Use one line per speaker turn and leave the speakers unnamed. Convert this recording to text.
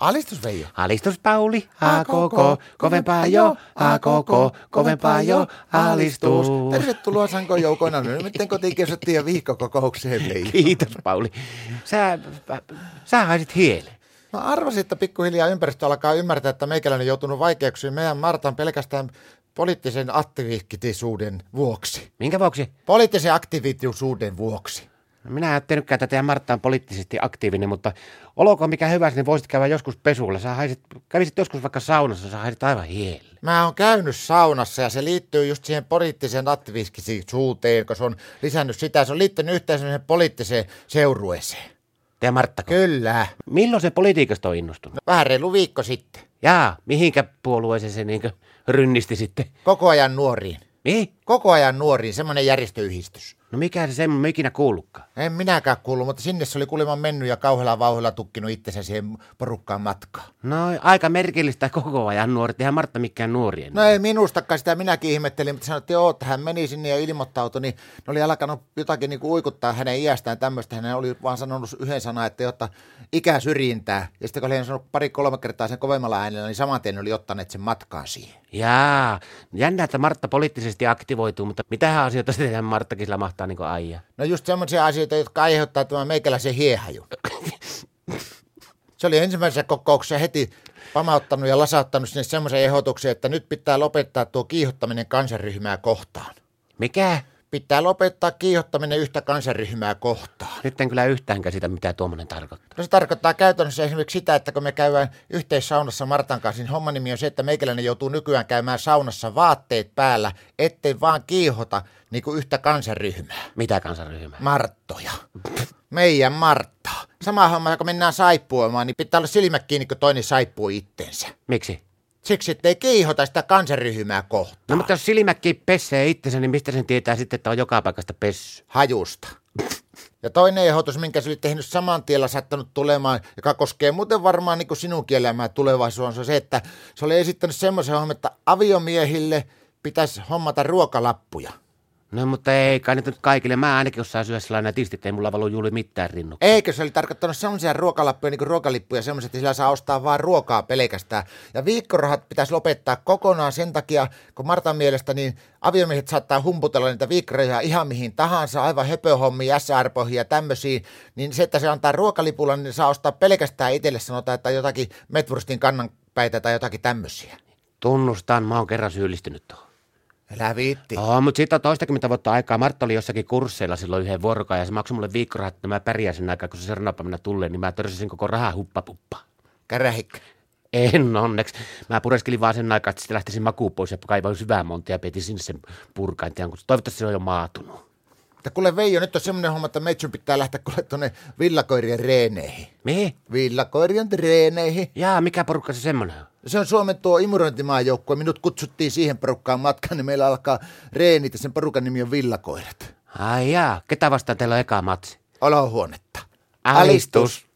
Alistus Veijo.
Alistus Pauli, a koko, kovempaa jo, a koko, kovempaa jo, alistus.
Tervetuloa Sanko joukoina. Nyt miten kotiin kesottiin ja viikkokokoukseen Veijo.
Kiitos Pauli. Sä, sä haisit hielen.
Mä arvasin, että pikkuhiljaa ympäristö alkaa ymmärtää, että meikäläinen on joutunut vaikeuksiin meidän Martan pelkästään poliittisen aktiivisuuden vuoksi.
Minkä vuoksi?
Poliittisen aktiivisuuden vuoksi.
Minä en tehnytkään tätä ja Martta on poliittisesti aktiivinen, mutta olkoon mikä hyvä, niin voisit käydä joskus pesulla. Sä haisit, kävisit joskus vaikka saunassa, sä haisit aivan hielle.
Mä oon käynyt saunassa ja se liittyy just siihen poliittiseen aktiivisuuteen, kun se on lisännyt sitä. Se on liittynyt yhteen semmoiseen poliittiseen seurueeseen.
Te Martta,
Kyllä.
milloin se politiikasta on innostunut?
Vähän reilu viikko sitten.
Jaa, mihinkä puolueeseen se niinkö rynnisti sitten?
Koko ajan nuoriin.
Mihin?
Koko ajan nuoriin, semmoinen järjestöyhdistys.
No mikä se semmoinen ikinä kuullutkaan?
En minäkään kuullut, mutta sinne se oli kuulemma mennyt ja kauhealla vauhdilla tukkinut itsensä siihen porukkaan matkaan.
No aika merkillistä koko ajan nuoret, eihän Martta mikään nuori enää.
No ei minustakaan, sitä minäkin ihmettelin, mutta sanottiin, että joo, että hän meni sinne ja ilmoittautui, niin ne oli alkanut jotakin niin kuin uikuttaa hänen iästään tämmöistä. Hän oli vaan sanonut yhden sanan, että jotta ikä syrjintää. Ja sitten kun oli sanonut pari-kolme kertaa sen kovemmalla äänellä, niin saman tien ne oli ottaneet sen matkaan siihen.
Jaa, jännä, että Martta poliittisesti aktivoituu, mutta mitähän asioita sitten Marttakin sillä mahtaa niin aija?
No just semmoisia asioita, jotka aiheuttaa tämän meikäläisen hiehaju. Se oli ensimmäisessä kokouksessa heti pamauttanut ja lasauttanut sinne semmoisen ehdotuksen, että nyt pitää lopettaa tuo kiihottaminen kansanryhmää kohtaan.
Mikä?
Pitää lopettaa kiihottaminen yhtä kansanryhmää kohtaan.
Nyt en kyllä yhtään käsitä, mitä tuommoinen tarkoittaa.
No se tarkoittaa käytännössä esimerkiksi sitä, että kun me käydään yhteissaunassa Martan kanssa, niin homman nimi on se, että meikäläinen joutuu nykyään käymään saunassa vaatteet päällä, ettei vaan kiihota niin kuin yhtä kansanryhmää.
Mitä kansanryhmää?
Marttoja. Meidän Marttaa. Sama homma, kun mennään saippuamaan, niin pitää olla silmät kiinni, kun toinen saippuu itteensä.
Miksi?
Siksi, ettei kiihota sitä kansanryhmää kohtaan.
No mutta jos silmäkki pessee itsensä, niin mistä sen tietää sitten, että on joka paikasta pessy?
Hajusta. Ja toinen ehdotus, minkä se oli tehnyt saman tiellä saattanut tulemaan, joka koskee muuten varmaan niin kuin sinunkin elämää tulevaisuudessa, on se, että se oli esittänyt semmoisen homman, että aviomiehille pitäisi hommata ruokalappuja.
No mutta ei kai nyt kaikille. Mä ainakin jossain syössä sellainen tisti, ei mulla valu juuri mitään rinnu.
Eikö se oli tarkoittanut sellaisia ruokalappuja, niin kuin ruokalippuja, semmoisia, että sillä saa ostaa vaan ruokaa pelkästään. Ja viikkorahat pitäisi lopettaa kokonaan sen takia, kun Martan mielestä niin aviomiehet saattaa humputella niitä viikkorahoja ihan mihin tahansa, aivan höpöhommiin, SR-pohjiin ja tämmöisiin. Niin se, että se antaa ruokalipulla, niin saa ostaa pelkästään itselle, sanotaan, että jotakin metvurstin kannanpäitä tai jotakin tämmöisiä.
Tunnustan, mä oon kerran syyllistynyt tuohon.
Älä viitti.
Joo, mutta siitä on toistakymmentä vuotta aikaa. Martta oli jossakin kursseilla silloin yhden vuorokauden ja se maksoi mulle viikkorahat, että mä pärjäsin aikaa, kun se seuraavana päivänä tulee, niin mä törsäsin koko rahaa huppapuppa.
Kärähikkä.
En onneksi. Mä pureskelin vaan sen aikaa, että sitten lähtisin makuun pois ja kaivoin syvää monta ja peti sinne sen purkaintian, kun toivottavasti se on jo maatunut.
Mutta kuule Veijo, nyt on semmoinen homma, että meitsyn pitää lähteä kuule tuonne villakoirien reeneihin.
Mihin?
Villakoirien treeneihin.
Jaa, mikä porukka se semmonen on?
Se on Suomen tuo imurointimaajoukkue. Minut kutsuttiin siihen porukkaan matkaan, niin meillä alkaa reenit ja sen porukan nimi on Villakoirat.
Ai jaa, ketä vastaan teillä on eka matsi?
Olohuonetta.
Alistus.